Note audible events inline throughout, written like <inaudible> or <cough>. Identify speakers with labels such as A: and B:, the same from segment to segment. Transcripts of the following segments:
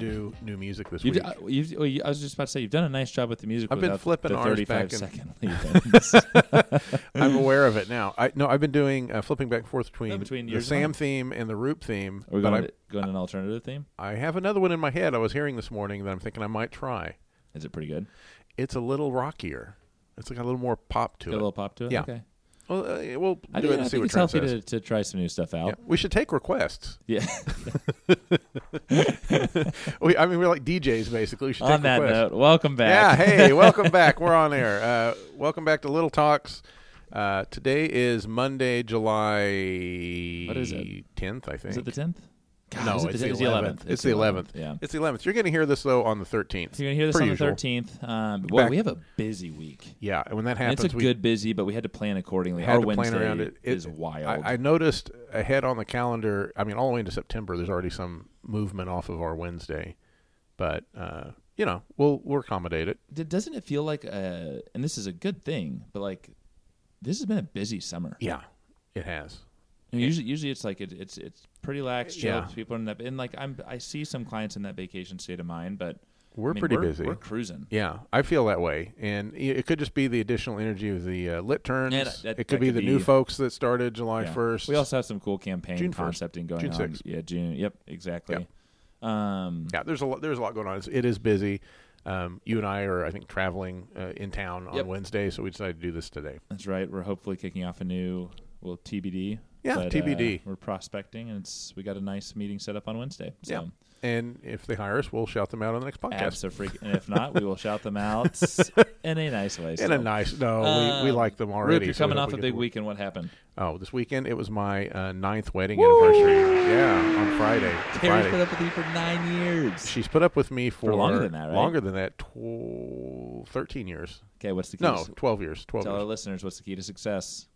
A: new new music this
B: You've,
A: week.
B: uh, you've, well, you- I was just about to say you've done a nice job with the music.
A: I've been
B: without
A: flipping
B: the
A: ours back
B: 35
A: and- <laughs>
B: second lead-ins.
A: I'm aware of it now. I no, I've been doing uh, flipping back and forth between,
B: No, between
A: the
B: yours and
A: Sam
B: mine.
A: theme and the Roop theme.
B: Are we
A: but
B: going to, going to an alternative theme?
A: I, I have another one in my head. I was hearing this morning that I'm thinking I might try.
B: Is it pretty good?
A: It's a little rockier. It's got a little more pop to
B: Get a
A: it.
B: little pop to it.
A: Yeah.
B: Okay.
A: Well, uh, we'll
B: I
A: do
B: think,
A: it
B: I
A: and see
B: think
A: what
B: it's
A: Trent
B: healthy
A: says.
B: to, to try some new stuff
A: Yeah.
B: out.
A: We should take requests.
B: Yeah.
A: We, I mean, we're like DJs basically. We should take
B: On that
A: requests.
B: note, welcome
A: Yeah,
B: back.
A: hey, welcome back. We're on air. Uh, welcome back to Little Talks. Uh, today is Monday, July
B: What is it?
A: 10th, I think.
B: Is it the tenth?
A: no,
B: is it
A: it's
B: the,
A: the
B: it's the
A: 11th. It's the 11th.
B: Yeah.
A: It's the 11th. You're going to hear this, though, on the 13th.
B: So you're gonna hear this
A: per
B: on the
A: usual.
B: thirteenth. Um, boy,
A: Back-
B: we have a busy week.
A: Yeah, and when that
B: And
A: happens,
B: it's a
A: we
B: good busy, but we had to plan accordingly.
A: had
B: Our
A: to
B: Wednesday
A: plan around it. It-
B: is wild.
A: I, I noticed ahead on the calendar, I mean, all the way into September, there's already some movement off of our Wednesday. But, uh, you know, we'll, we'll accommodate it.
B: D- doesn't it feel like uh and this is a good thing but like this has been a busy summer
A: Yeah, it has.
B: And usually usually it's like it, it's it's pretty lax chill
A: Yeah.
B: people are in that and like i'm i see some clients in that vacation state of mind but
A: We're
B: I mean,
A: pretty busy.
B: we're cruising
A: Yeah, I feel that way, and i- it could just be the additional energy of the uh, lit turns.
B: Yeah, that- that-
A: it could
B: that
A: be
B: could
A: the new
B: be-
A: folks that started July
B: Yeah.
A: first.
B: we also have some cool campaign
A: June 1st.
B: concepting going
A: June
B: on
A: 6th.
B: yeah june yep exactly um
A: yeah, there's a lot, there's a lot going on. It's, it is busy. Um, you and I are, I think, traveling uh, in town on
B: Yep.
A: Wednesday, so we decided to do this today.
B: that's right we're hopefully kicking off a new well tbd
A: Yeah,
B: but, uh,
A: TBD.
B: we're prospecting and it's we got a nice meeting set up on wednesday so
A: Yeah. And if they hire us, we'll shout them out on the next podcast.
B: Abs are freak- and if not, we will shout them
A: <laughs>
B: out in a nice way.
A: In
B: so.
A: a nice, no, we, we
B: Um,
A: like them already.
B: Rupe, you're
A: so
B: coming
A: we hope
B: off
A: we
B: a
A: get
B: big
A: to-
B: weekend. What happened?
A: Oh, this weekend it was my uh, ninth wedding anniversary. Yeah,
B: <laughs>
A: on Friday.
B: Carrie's
A: Friday.
B: been up with you for nine years.
A: She's put up with me for,
B: longer than that, right?
A: Longer than that, tw- thirteen years.
B: Okay, what's the key?
A: No,
B: to,
A: twelve years. Twelve.
B: tell our
A: Years.
B: listeners what's the key to success.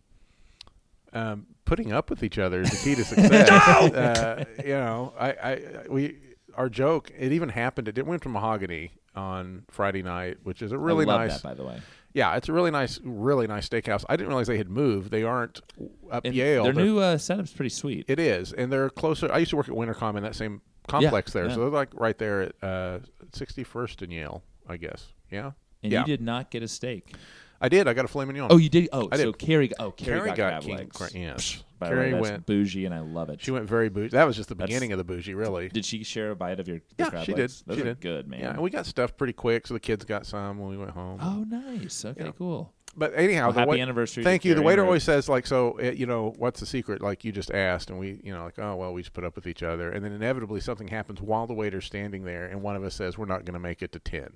A: Um, putting up with each other is the
B: <laughs>
A: key to success. uh, you know, I, I, we, our joke. It even happened. It went to Mahogany on Friday night, which is a really
B: I love
A: nice.
B: that, by the way.
A: yeah, it's a really nice, really nice steakhouse. I didn't realize they had moved. They aren't up
B: And
A: Yale.
B: Their
A: They're-
B: new uh, setup's pretty sweet.
A: It is, and they're closer. I used to work at Wintercom in that same complex there,
B: yeah.
A: so they're like right there at uh, 61st and Yale, I guess. Yeah.
B: and
A: yeah.
B: you did not get a steak.
A: I did. I got a filet mignon.
B: Oh, you did. Oh,
A: I
B: so
A: did.
B: Carrie. Oh, Carrie,
A: Carrie got
B: got, crab
A: king
B: legs.
A: cra- yes.
B: By the way,
A: Carrie
B: that's
A: went-
B: bougie, and I love it.
A: She went very bougie. That was just the
B: That's-
A: beginning of the bougie, really.
B: did she share a bite of your? the
A: yeah,
B: crab
A: she did.
B: legs? Those
A: she
B: are
A: did.
B: good, man.
A: Yeah, and we got stuff pretty quick, so the kids got some when we went home.
B: oh, nice. Okay,
A: Yeah.
B: cool.
A: But anyhow,
B: Well,
A: the
B: happy
A: wait-
B: anniversary to
A: Thank you. The
B: Carrie
A: waiter
B: Ruth.
A: always says like, so uh you know, what's the secret? Like you just asked, and we, you know, like, oh well, we just put up with each other, and then inevitably something happens while the waiter's standing there, and one of us says, we're not going to make it
B: <laughs>
A: to ten.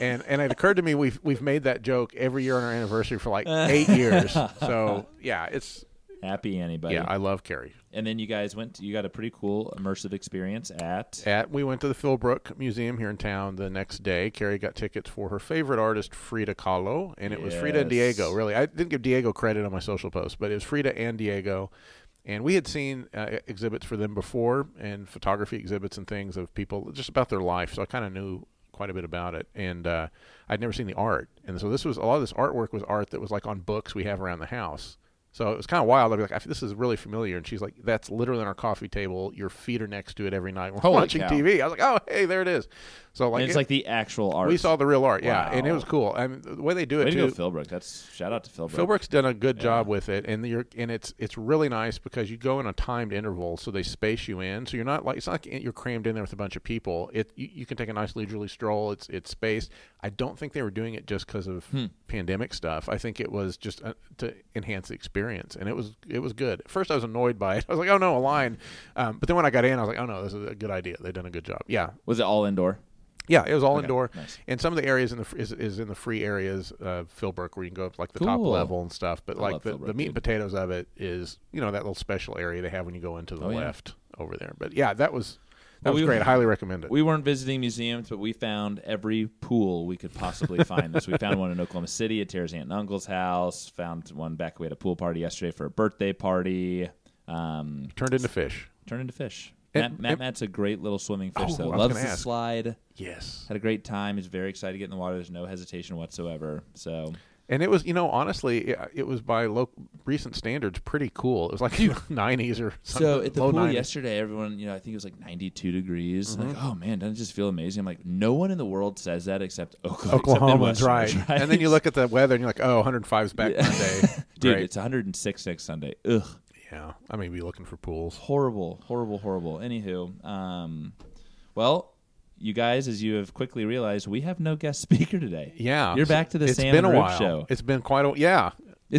A: and and it occurred to me we've we've made that joke every year on our
B: <laughs>
A: anniversary for like eight years. So yeah, it's
B: Happy anybody.
A: yeah, I love Carrie.
B: and then you guys went. To, you got a pretty cool immersive experience at.
A: At we went to the Philbrook Museum here in town the next day. Carrie got tickets for her favorite artist Frida Kahlo, and it was Frida and
B: Yes.
A: Diego. Really, I didn't give Diego credit on my social post, but it was Frida and Diego. And we had seen uh, exhibits for them before, and photography exhibits and things of people just about their life. So I kind of knew quite a bit about it, and uh, I'd never seen the art. And so this was a lot of this artwork was art that was like on books we have around the house. So it was kind of wild. I'd be like, I, "This is really familiar," and she's like, "That's literally on our coffee table. Your feet are next to it every night. We're
B: Holy
A: watching
B: cow.
A: TV." TV. I was like, oh, hey, there it is. So like,
B: and it's
A: it-
B: like the actual art.
A: we saw the real art, yeah,
B: Wow.
A: and it was cool. I mean, the way they do it
B: Way to go,
A: too.
B: Philbrook. That's shout out to Philbrook.
A: Philbrook's done a good job with it, and you're and it's it's really nice because you go in a timed interval, so they space you in, so you're not like it's not like you're crammed in there with a bunch of people. It you, you can take a nice leisurely stroll. It's it's spaced. I don't think they were doing it just because of pandemic stuff. I think it was just uh, to enhance the experience, and it was it was good. At first, I was annoyed by it. <laughs> I was like, oh no, a line. Um, but then when I got in, I was like, oh no, this is a good idea. They've done a good job. Yeah,
B: Was it all indoor?
A: Yeah, it was all indoor,
B: nice.
A: and some of the areas in the fr- is, is in the free areas of Philbrook where you can go up to, like the top
B: Cool.
A: level and stuff. But
B: I
A: like
B: love
A: the, the
B: Philbrook,
A: meat and
B: dude.
A: potatoes of it is you know that little special area they have when you go into the
B: Oh, yeah.
A: left over there. But yeah, that was that
B: Well,
A: was
B: we-
A: great. I highly recommend it.
B: We weren't visiting museums, but we found every pool we could possibly find. This we found one in Oklahoma City at Tara's aunt and uncle's house. Found one back. We had a pool party yesterday for a birthday party. Um,
A: Turned into fish.
B: turned into fish.
A: And-
B: Matt, Matt
A: and-
B: Matt's a great little swimming fish
A: Oh, I
B: though.
A: was
B: Loves
A: gonna
B: the
A: ask.
B: slide.
A: Yes,
B: Had a great time. Is very excited to get in the water. There's no hesitation whatsoever. So
A: And it was, you know, honestly, it, it was by lo- recent standards pretty cool. It was like <laughs> 90s or something.
B: So at the
A: low
B: pool
A: 90s.
B: yesterday, everyone, you know, I think it was like 92 degrees. Like,
A: Mm-hmm.
B: oh man, doesn't it just feel amazing? I'm like, no one in the world says that except Oklahoma.
A: Oklahoma's right. And then you look at the weather and you're like, oh, 105 is back
B: Yeah.
A: Monday.
B: <laughs> Dude,
A: Great.
B: it's 106 next Sunday. Ugh,
A: yeah. I may be looking for pools.
B: horrible, horrible, horrible. Anywho, um, well, you guys, as you have quickly realized, we have no guest <laughs> speaker today.
A: Yeah.
B: you're back to the
A: It's
B: Sam
A: been a
B: and Rube
A: while.
B: show. It's,
A: It's been quite a Yeah.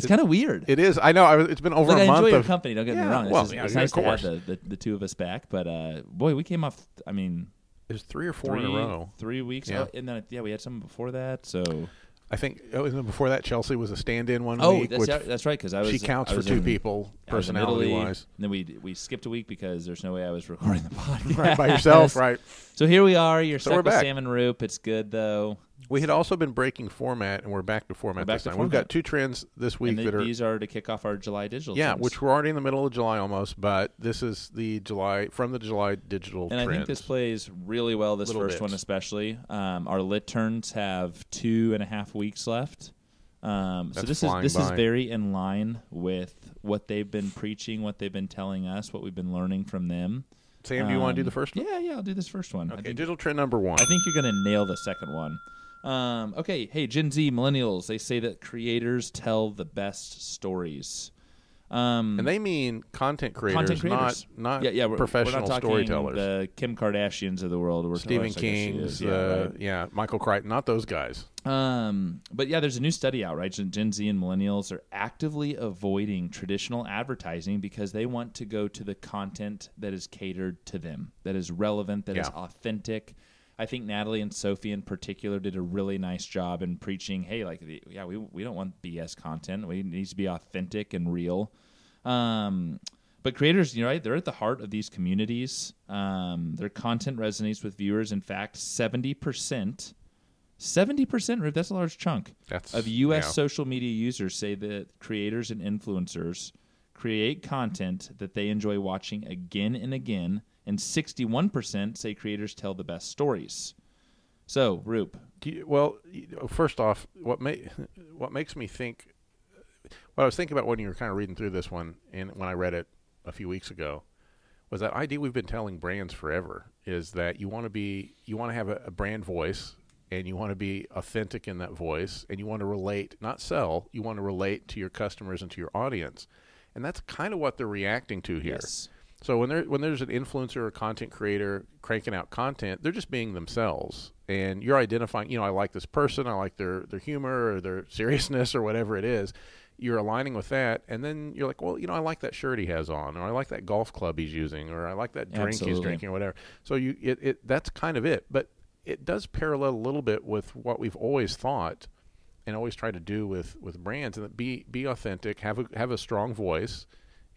B: kind of weird.
A: It is. I know. I, was- it's been over
B: like,
A: a
B: I
A: month
B: enjoy your
A: of
B: company. Don't get
A: Yeah,
B: me wrong. It's,
A: well,
B: just-
A: yeah,
B: it's
A: yeah,
B: nice
A: of
B: to have
A: course.
B: the, the, the two of us back. But uh, boy, we came off. I mean,
A: There's three or four
B: three,
A: in a row.
B: three weeks.
A: Yeah.
B: out, and then yeah, we had some before that. So
A: I think oh, and then before that, Chelsea was a stand-in one
B: oh,
A: week,
B: that's,
A: which
B: yeah, that's right. Because I was
A: she counts
B: I
A: for
B: was
A: two
B: in-
A: people,
B: I was in Italy, <laughs>
A: personality-wise.
B: And then we we skipped a week because there's no way I was recording
A: <laughs>
B: the podcast
A: Right,
B: <laughs>
A: by yourself, right?
B: So here we are. You're stuck
A: So we're
B: with
A: back.
B: Sam and Roop. It's good though.
A: We had also been breaking format, and we're back to format
B: back
A: this
B: to
A: time. We've
B: format.
A: got two trends this week
B: And the-
A: that are
B: these are to kick off our July digital.
A: yeah,
B: trends.
A: which we're already in the middle of July almost, but this is the July from the July digital
B: and I
A: trends.
B: think this plays really well. This
A: Little
B: first
A: bits.
B: one especially. Um, our lit turns have two and a half weeks left. Um, so
A: That's
B: this is
A: flying
B: this is
A: by.
B: very in line with what they've been preaching, what they've been telling us, what we've been learning from them.
A: Sam, do you want to do the
B: Um,
A: first one?
B: Yeah, yeah, I'll do this first one. I
A: Okay,
B: think
A: digital trend number one.
B: I think you're gonna nail the second one. Um, okay, hey Gen Z millennials, they say that creators tell the best stories. Um,
A: and they mean content creators,
B: content creators,
A: not not
B: yeah, yeah, we're,
A: professional
B: we're not talking
A: storytellers.
B: The Kim Kardashians of the world, or
A: Stephen
B: King.
A: King's, uh, yeah, Michael Crichton, not those guys.
B: Um, but yeah, there's a new study out, right? Gen, Gen Z and millennials are actively avoiding traditional advertising because they want to go to the content that is catered to them, that is relevant, that is
A: Yeah.
B: authentic. I think Natalie and Sophie in particular did a really nice job in preaching, hey, like, the- yeah, we, we don't want BS content. We it needs to be authentic and real. Um, but creators, you know, right, they're at the heart of these communities. Um, their content resonates with viewers. In fact, 70%. Seventy percent, Rip. That's a large chunk
A: That's
B: of U.S.
A: yeah.
B: social media users say that creators and influencers create content that they enjoy watching again and again, and sixty-one percent say creators tell the best stories. So, Roop,
A: Do you, well, you know, first off, what ma- what makes me think what I was thinking about when you were kind of reading through this one and when I read it a few weeks ago was that idea we've been telling brands forever is that you want to be you want to have a, a brand voice and you want to be authentic in that voice and you want to relate not sell you want to relate to your customers and to your audience and that's kind of what they're reacting to here
B: Yes.
A: so when there when there's an influencer or content creator cranking out content, they're just being themselves, and you're identifying. You know, I like this person. I like their their humor or their <laughs> seriousness or whatever it is. You're aligning with that, and then you're like, well, you know, I like that shirt he has on, or I like that golf club he's using, or I like that drink he's
B: Absolutely.
A: drinking, or whatever. So you, it, it that's kind of it, but it does parallel a little bit with what we've always thought and always try to do with with brands and be be authentic have a have a strong voice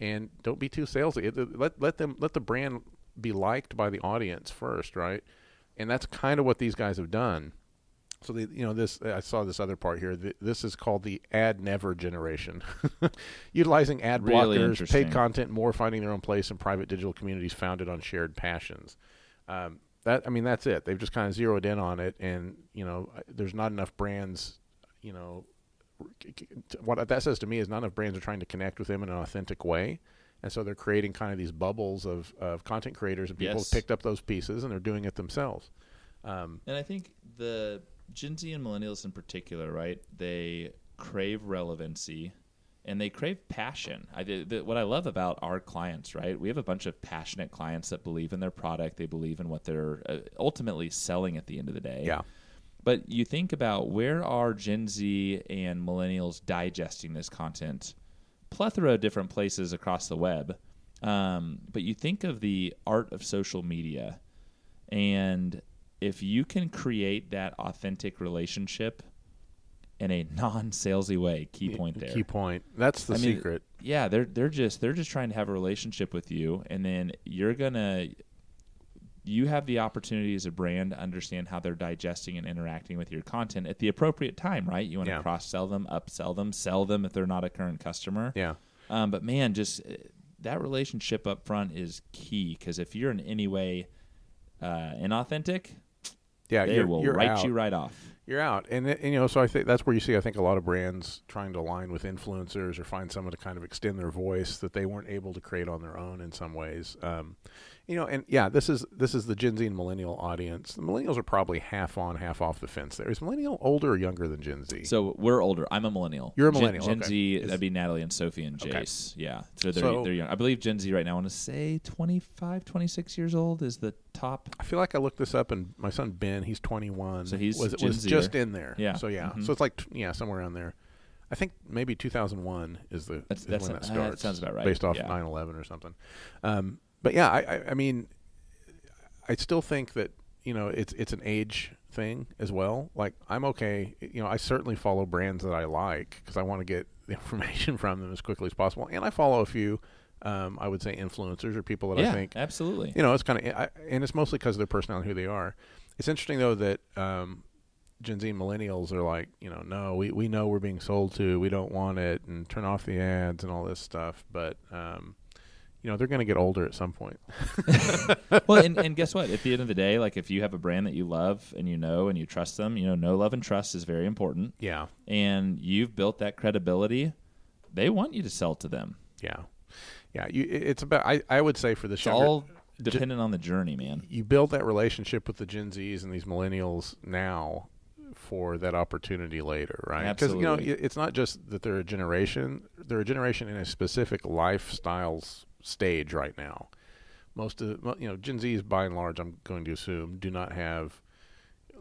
A: and don't be too salesy It- let let them let the brand be liked by the audience first right and that's kind of what these guys have done so the you know this I saw this other part here. Th- This is called the ad never generation, <laughs> utilizing ad
B: Really
A: blockers,
B: interesting.
A: paid content, more finding their own place in private digital communities founded on shared passions. Um, that I mean that's it. They've just kind of zeroed in on it, and you know I- there's not enough brands. You know c- c- t- what that says to me is not enough brands are trying to connect with them in an authentic way. And so they're creating kind of these bubbles of, of content creators and people
B: Yes.
A: have picked up those pieces and they're doing it themselves.
B: and I think the Gen Z and millennials in particular, right? They crave relevancy and they crave passion. I the, the, what I love about our clients, right? We have a bunch of passionate clients that believe in their product, they believe in what they're uh, ultimately selling at the end of the day.
A: Yeah.
B: But you think about where are Gen Z and millennials digesting this content? Plethora of different places across the web. Um, but you think of the art of social media, and if you can create that authentic relationship in a non-salesy way, key point there.
A: Key point. That's the
B: I mean,
A: secret.
B: Yeah, they're they're just they're just trying to have a relationship with you, and then you're gonna you have the opportunity as a brand to understand how they're digesting and interacting with your content at the appropriate time, right? You want to
A: Yeah.
B: cross sell them, upsell them, sell them if they're not a current customer.
A: Yeah.
B: Um, but man, just uh, that relationship up front is key because if you're in any way uh, inauthentic,
A: Yeah,
B: they
A: you're,
B: will
A: you're
B: write
A: out.
B: you right off.
A: you're out. And, it- and you know, so I think that's where you see I think a lot of brands trying to align with influencers or find someone to kind of extend their voice that they weren't able to create on their own in some ways. Um, you know, and yeah, this is this is the Gen Z and millennial audience. The millennials are probably half on, half off the fence. There is millennial older or younger than Gen Z.
B: So we're older. I'm a millennial.
A: You're a
B: Gen-
A: millennial,
B: Gen,
A: okay.
B: Z.
A: Is-
B: That'd be Natalie and Sophie and
A: Okay.
B: Jace. Yeah. So they're,
A: So-
B: they're young. I believe Gen Z right now, I want to say 25, 26 years old is the top.
A: I feel like I looked this up, and my son Ben, he's 21.
B: So he's
A: was,
B: Gen
A: was
B: Zer.
A: just in there.
B: Yeah.
A: So yeah.
B: Mhm.
A: So it's like t- yeah, somewhere around there. I think maybe 2001 is the
B: That's-
A: is
B: that's-
A: when that
B: uh, that
A: starts.
B: sounds about right.
A: Based off
B: Yeah.
A: 9/11 or something. Um, but yeah, I, I, I mean, I still think that you know it's it's an age thing as well. Like I'm okay. You know, I certainly follow brands that I like because I want to get <laughs> the information from them as quickly as possible, and I follow a few. Um, I would say influencers or people that
B: yeah.
A: I think
B: absolutely.
A: you know, it's kind of, and it's mostly because of their personality, who they are. It's interesting though that um, Gen Z and millennials are like, you know, no, we, we know we're being sold to, we don't want it, and turn off the ads and all this stuff. But um, you know, they're going to get older at some point.
B: well,
A: <laughs>
B: and, and guess what? At the end of the day, like if you have a brand that you love and you know and you trust them, you know, know, love, and trust is very important.
A: Yeah,
B: And you've built that credibility. They want you to sell to them.
A: yeah, yeah. You, it- it's about. I, I would say for the
B: It's
A: younger,
B: all dependent on the journey, man.
A: you build that relationship with the Gen Zs and these millennials now for that opportunity later, right? Because you know
B: Absolutely.
A: it- it's not just that they're a generation; they're a generation in a specific lifestyle s- stage right now. Most of mo- you know Gen Zs, by and large, I'm going to assume, do not have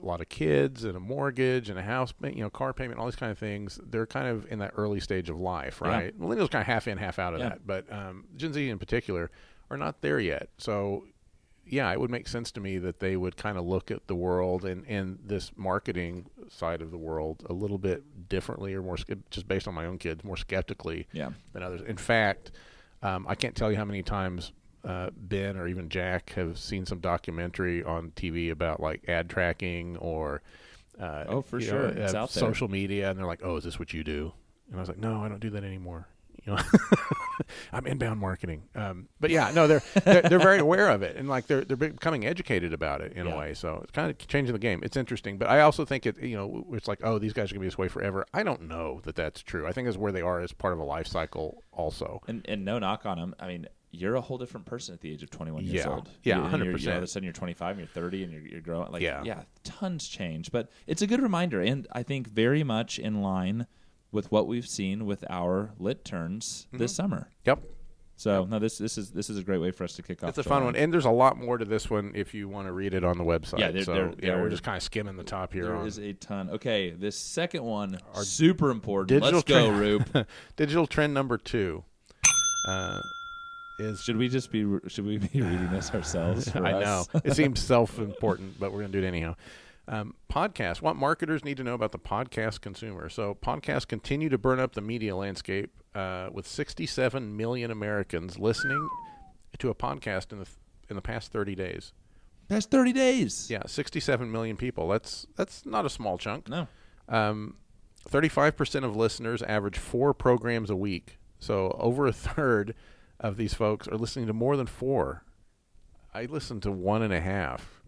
A: a lot of kids and a mortgage and a house, pay- you know, car payment, all these kind of things. They're kind of in that early stage of life,
B: Yeah.
A: right? Millennials kind of half in, half out of
B: Yeah.
A: that, but um, Gen Z in particular are not there yet. So, yeah, it would make sense to me that they would kind of look at the world and and this marketing side of the world a little bit differently, or more ske- just based on my own kids, more skeptically
B: Yeah.
A: than others. In fact, um, I can't tell you how many times uh, Ben or even Jack have seen some documentary on TV about like ad tracking or uh,
B: Oh, for
A: you
B: sure. It's out there.
A: social media, and they're like, "Oh, is this what you do?" And I was like, "No, I don't do that anymore." You know, <laughs> I'm inbound marketing. Um, but yeah, no, they're, they're they're very aware of it, and like they're they're becoming educated about it in
B: Yeah.
A: a way. So it's kind of changing the game. It's interesting, but I also think it you know it's like oh these guys are gonna be this way forever. I don't know that that's true. I think that's where they are as part of a life cycle. Also,
B: And and no knock on them. I mean, you're a whole different person at the age of 21 years
A: Yeah.
B: old.
A: Yeah,
B: You- and you're- you know,
A: 100%.
B: All of a sudden, you're 25, and you're 30, and you're, you're growing. Like, yeah.
A: Yeah.
B: tons change. But it's a good reminder, and I think very much in line with what we've seen with our lit turns this summer.
A: Mm-hmm. yep,
B: So no, this this is this is a great way for us to kick off.
A: it's a fun
B: July.
A: one, and there's a lot more to this one if you want to read it on the website.
B: Yeah, there-
A: so
B: there-
A: yeah,
B: there-
A: we're just kind of skimming the top here.
B: There
A: on
B: is a ton. Okay, this second one super important.
A: digital
B: Let's go,
A: trend-
B: Rube.
A: <laughs> digital trend number two. Uh, is
B: should we just be should we
A: <laughs>
B: be reading this ourselves? for
A: I
B: us?
A: know. It seems self important, but we're going to do it anyhow. Um, podcasts. What marketers need to know about the podcast consumer. So, podcasts continue to burn up the media landscape uh, with 67 million Americans listening to a podcast in the, in the past 30 days.
B: Past thirty days.
A: Yeah, 67 million people. That's, that's not a small chunk.
B: No.
A: Um, 35% of listeners average four programs a week. So over a third of these folks are listening to more than four. I listen to one and a half.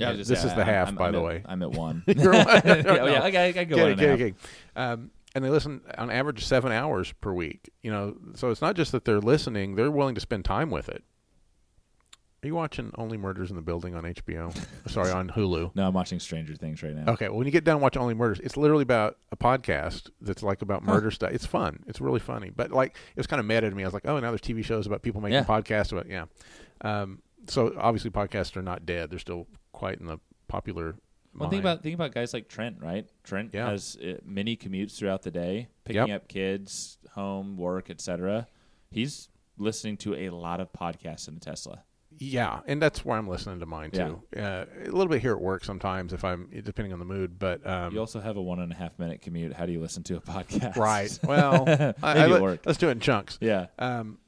B: I
A: Uh,
B: just-
A: this is
B: yeah,
A: the
B: I'm-
A: half,
B: I'm-
A: by
B: I'm
A: the
B: at-
A: way.
B: I'm at
A: <laughs>
B: one.
A: You're one.
B: <laughs> yeah,
A: No.
B: yeah, I, I, I go
A: Kidding,
B: one and a half.
A: kidding, kidding. Um, and they listen on average seven hours per week. You know, so it's not just that they're listening; they're willing to spend time with it. Are you watching Only Murders in the Building on
B: <laughs>
A: HBO? Sorry, on Hulu.
B: No, I'm watching Stranger Things right now.
A: Okay, well, when you get done watching Only Murders, it's literally about a podcast that's like about murder stuff. It's fun. It's really funny. But like, it was kind of meta to me. I was like, oh, now there's TV shows about people making
B: Yeah.
A: podcasts about yeah. Um, so obviously, podcasts are not dead. They're still quite in the popular.
B: Well, think about think about guys like Trent, right? Trent
A: Yeah.
B: has uh, many commutes throughout the day, picking
A: Yep.
B: up kids, home, work, etc. He's listening to a lot of podcasts in the Tesla.
A: Yeah, and that's where I'm listening to mine too. Uh, a little bit here at work sometimes if I'm depending on the mood, but um,
B: You <laughs> also have a one and a half minute commute. How do you listen to a <laughs> podcast? <laughs>
A: right. Well, I, I
B: Maybe at
A: li-
B: work.
A: let's do it in chunks.
B: Yeah.
A: Um,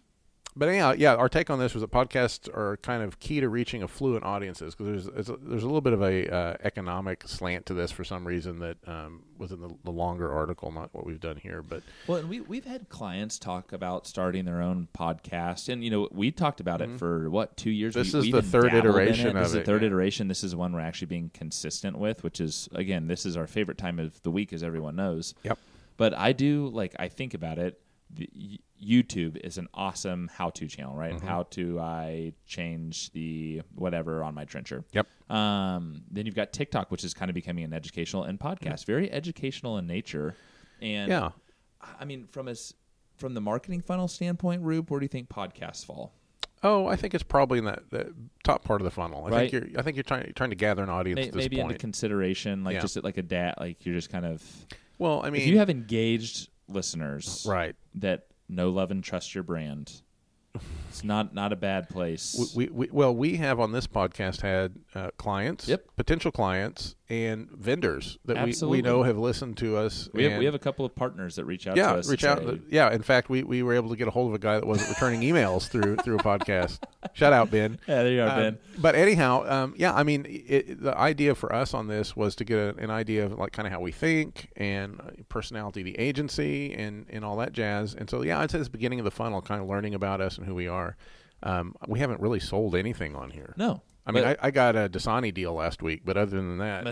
A: But anyhow, yeah, our take on this was that podcasts are kind of key to reaching affluent audiences because there's it's a, there's a little bit of a uh, economic slant to this for some reason that um, was in the, the longer article, not what we've done here. But
B: Well, and we we've had clients talk about starting their own podcast, and you know we talked about it for what two years.
A: Mm-hmm. This
B: we,
A: is
B: we
A: the
B: even
A: third
B: dabbled in
A: iteration
B: This
A: of
B: is the
A: it,
B: third
A: yeah.
B: iteration. This is one we're actually being consistent with, which is again, this is our favorite time of the week, as everyone knows.
A: Yep.
B: But I do like I think about it. The, y- YouTube is an awesome how-to channel, right?
A: Mm-hmm.
B: How do I change the whatever on my trencher?
A: Yep.
B: Um, then you've got TikTok, which is kind of becoming an educational, and podcast, very educational in nature. And
A: Mm-hmm. Yeah.
B: I mean, from as from the marketing funnel standpoint, Rube, where do you think podcasts fall?
A: oh, I think it's probably in that, that top part of the funnel. I
B: Right.
A: think you're I think you're trying trying to gather an audience
B: May-
A: at this
B: maybe into
A: point.
B: consideration, like
A: Yeah.
B: just at like a dat, like you're just kind of.
A: well, I mean,
B: if you have engaged listeners,
A: right.
B: that know, love, and trust your brand, it's not not a bad place.
A: We, we, we well, we have on this podcast had uh, clients,
B: Yep.
A: potential clients, and vendors that
B: Absolutely.
A: we, we know have listened to us.
B: we, have,
A: and-
B: we have a couple of partners that reach out
A: yeah,
B: to us. and
A: reach out.
B: say-
A: Yeah, in fact, we, we were able to get a hold of a guy that wasn't returning emails through through a
B: <laughs>
A: podcast. Shout out, Ben.
B: yeah, there you are,
A: Um,
B: Ben.
A: But anyhow, um, yeah, I mean, it, the idea for us on this was to get a, an idea of like kind of how we think and uh, personality, the agency, and and all that jazz. And so, yeah, I'd say it's the beginning of the funnel, kind of learning about us and who we are. Um, we haven't really sold anything on here.
B: No,
A: I mean,
B: but-
A: I, I got a Dasani deal last week, but other than that,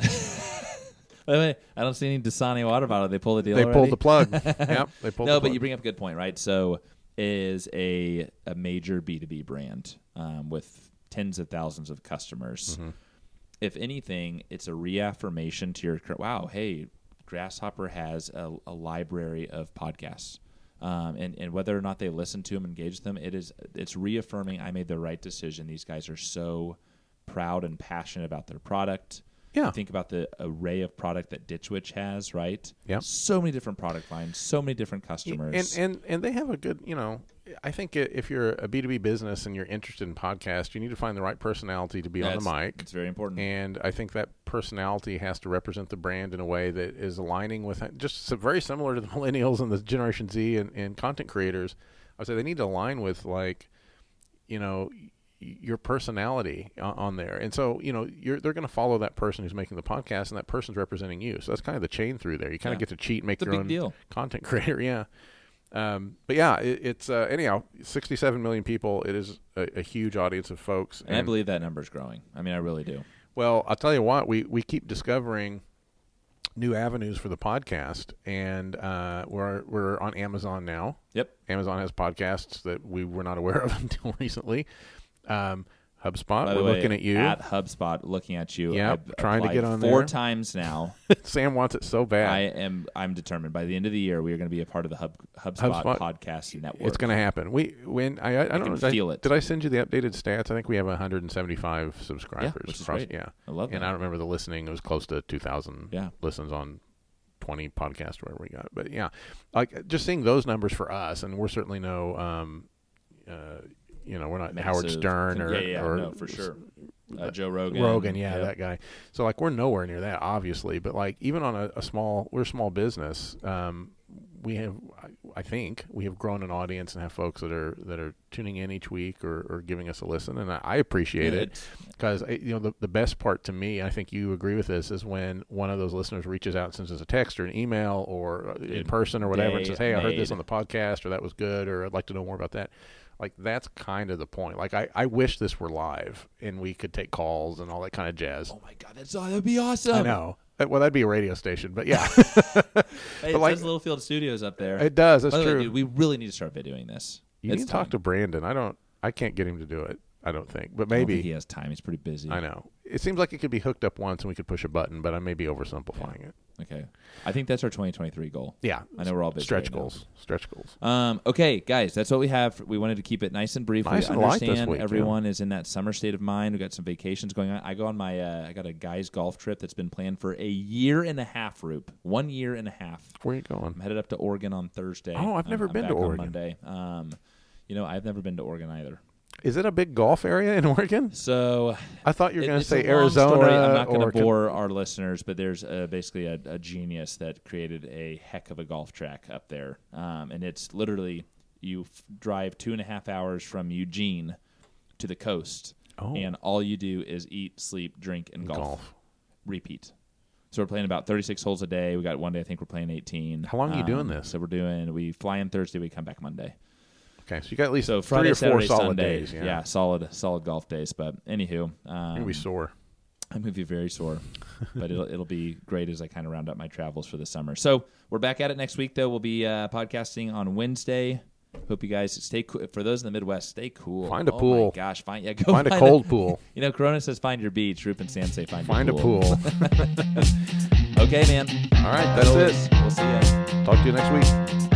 B: By the way, I don't see any Dasani water bottle. They pulled the deal.
A: they
B: already?
A: pulled the
B: <laughs>
A: plug. yep, they pulled.
B: no,
A: the plug.
B: but you bring up a good point, right? So, is a a major B two B brand um, with tens of thousands of customers.
A: Mm-hmm.
B: If anything, it's a reaffirmation to your cur- wow. Hey, Grasshopper has a, a library of podcasts, um, and and whether or not they listen to them, engage them, it is it's reaffirming I made the right decision. These guys are so proud and passionate about their product.
A: Yeah.
B: Think about the array of product that Ditch Witch has, right?
A: Yep.
B: so many different product lines, so many different customers.
A: And and and they have a good, you know, I think i- if you're a B2B business and you're interested in podcast, you need to find the right personality to be on the
B: That's-
A: mic.
B: It's very important.
A: And I think that personality has to represent the brand in a way that is aligning with just so very similar to the <laughs> millennials and the Generation Z and, and content creators. I would say they need to align with like, you know, y- your personality o- on there. And so, you know, you're, they're going to follow that person who's making the podcast and that person's representing you. So that's kind of the chain through there. You kind
B: Yeah.
A: of get to cheat and
B: It's
A: make
B: a
A: your
B: big
A: own
B: deal.
A: content <laughs> creator. Yeah. Um, but yeah, it, it's uh, anyhow, 67 million people. It is a, a huge audience of folks.
B: and I believe that number's growing. I mean, I really do.
A: Well, I'll tell you what, we, we keep discovering new avenues for the podcast, and uh, we're, we're on Amazon now.
B: Yep.
A: Amazon has podcasts that we were not aware <laughs> of until recently. Um, HubSpot,
B: By
A: we're
B: the way,
A: looking at you.
B: at HubSpot, looking at you.
A: Yep,
B: I've
A: trying to
B: applied
A: get on
B: four
A: there.
B: times
A: <laughs>
B: now.
A: <laughs> Sam wants it so bad.
B: I am. I'm determined. By the end of the year, we are going to be a part of the Hub, HubSpot,
A: HubSpot.
B: podcast network.
A: it's going to happen. We when I I, I don't
B: can
A: know, did I-
B: feel it.
A: Did I send you the updated stats? I think we have 175 subscribers.
B: which is
A: across-
B: great.
A: Yeah,
B: I love
A: And
B: that.
A: I remember the listening; it was close to 2,000
B: Yeah.
A: listens on 20 podcasts, wherever we got. it. But yeah, like just seeing those numbers for us, and we're certainly no, um, uh, you know, we're not Howard
B: Massive-
A: Stern or
B: yeah, yeah,
A: or
B: no, for sure. Uh, Joe Rogan.
A: Rogan, yeah,
B: Yep.
A: that guy. So like we're nowhere near that, obviously. But like even on a, a small, we're a small business. Um, we have, I- I think, we have grown an audience and have folks that are that are tuning in each week or, or giving us a listen, and I, I appreciate
B: Yeah,
A: it
B: it's-
A: because you know the, the best part to me, I think you agree with this, is when one of those listeners reaches out and sends us a text or an email or uh, in
B: Dude,
A: person or whatever, and
B: they
A: says, "Hey, I heard this
B: made-
A: on the podcast, or that was good, or I'd like to know more about that." Like that's kind of the point. Like I, I wish this were live and we could take calls and all that kind of jazz.
B: Oh my god, that's oh, that'd be awesome.
A: I know. That- Well, that'd be a radio station,
B: <laughs>
A: but yeah, <laughs>
B: Hey,
A: But
B: it
A: like-
B: says Littlefield Studios up there.
A: it does. That's
B: By the
A: true.
B: way, dude, we really need to start videoing this.
A: you
B: It's
A: need to talk
B: time.
A: to Brandon. I don't. I can't get him to do it. I don't think. But
B: I don't think
A: maybe
B: he has time. He's pretty busy.
A: I know. It seems like it could be hooked up once and we could push a button, but I may be oversimplifying it.
B: Okay. I think that's our 2023 goal.
A: Yeah,
B: I know we're all busy
A: stretch
B: right now.
A: goals. Stretch goals.
B: Um, okay, guys, that's what we have. We wanted to keep it nice and brief.
A: Nice
B: we
A: and light this
B: understand
A: week, yeah.
B: everyone is in that summer state of mind. We got some vacations going on. I go on my uh, I got a guys golf trip that's been planned for a year and a half, Roop. One year and a half.
A: Where are you going?
B: I'm headed up to Oregon on Thursday.
A: Oh, I've
B: I'm-
A: never
B: I'm
A: been to
B: back on
A: Oregon.
B: Monday. Um, you know, I've never been to Oregon either.
A: Is it a big golf area in Oregon?
B: So
A: I thought you were
B: It-
A: going to
B: it's a
A: say
B: long story.
A: Arizona.
B: I'm not going
A: or
B: to
A: Ken-
B: bore our listeners, but there's uh, basically a, a genius that created a heck of a golf track up there, um, and it's literally you f- drive two and a half hours from Eugene to the coast,
A: Oh.
B: and all you do is eat, sleep, drink, and golf.
A: Golf.
B: Repeat. So we're playing about 36 holes a day. We got one day I think we're playing 18.
A: How long are you doing this?
B: So we're doing we fly in Thursday, we come back Monday.
A: Okay, so you got at least
B: So
A: three
B: Friday,
A: or four
B: Saturday,
A: solid
B: Sunday.
A: days.
B: Yeah.
A: Yeah,
B: solid, solid golf days. But anywho,
A: You're
B: um,
A: gonna be sore.
B: I'm gonna be very sore, but it'll it'll be great as I kind of round up my travels for the summer. So we're back at it next week, though. We'll be uh, podcasting on Wednesday. Hope you guys stay cool. For those in the Midwest, stay cool.
A: Find a
B: Oh my
A: pool.
B: gosh, Oh, find yeah, go
A: Find
B: <laughs>
A: a cold pool.
B: You know, Corona says find your beach. Rupe and Sam say find
A: Find a
B: your pool.
A: pool.
B: <laughs> Okay, man.
A: All right, that's
B: Always,
A: it.
B: We'll see you.
A: Talk to you next week.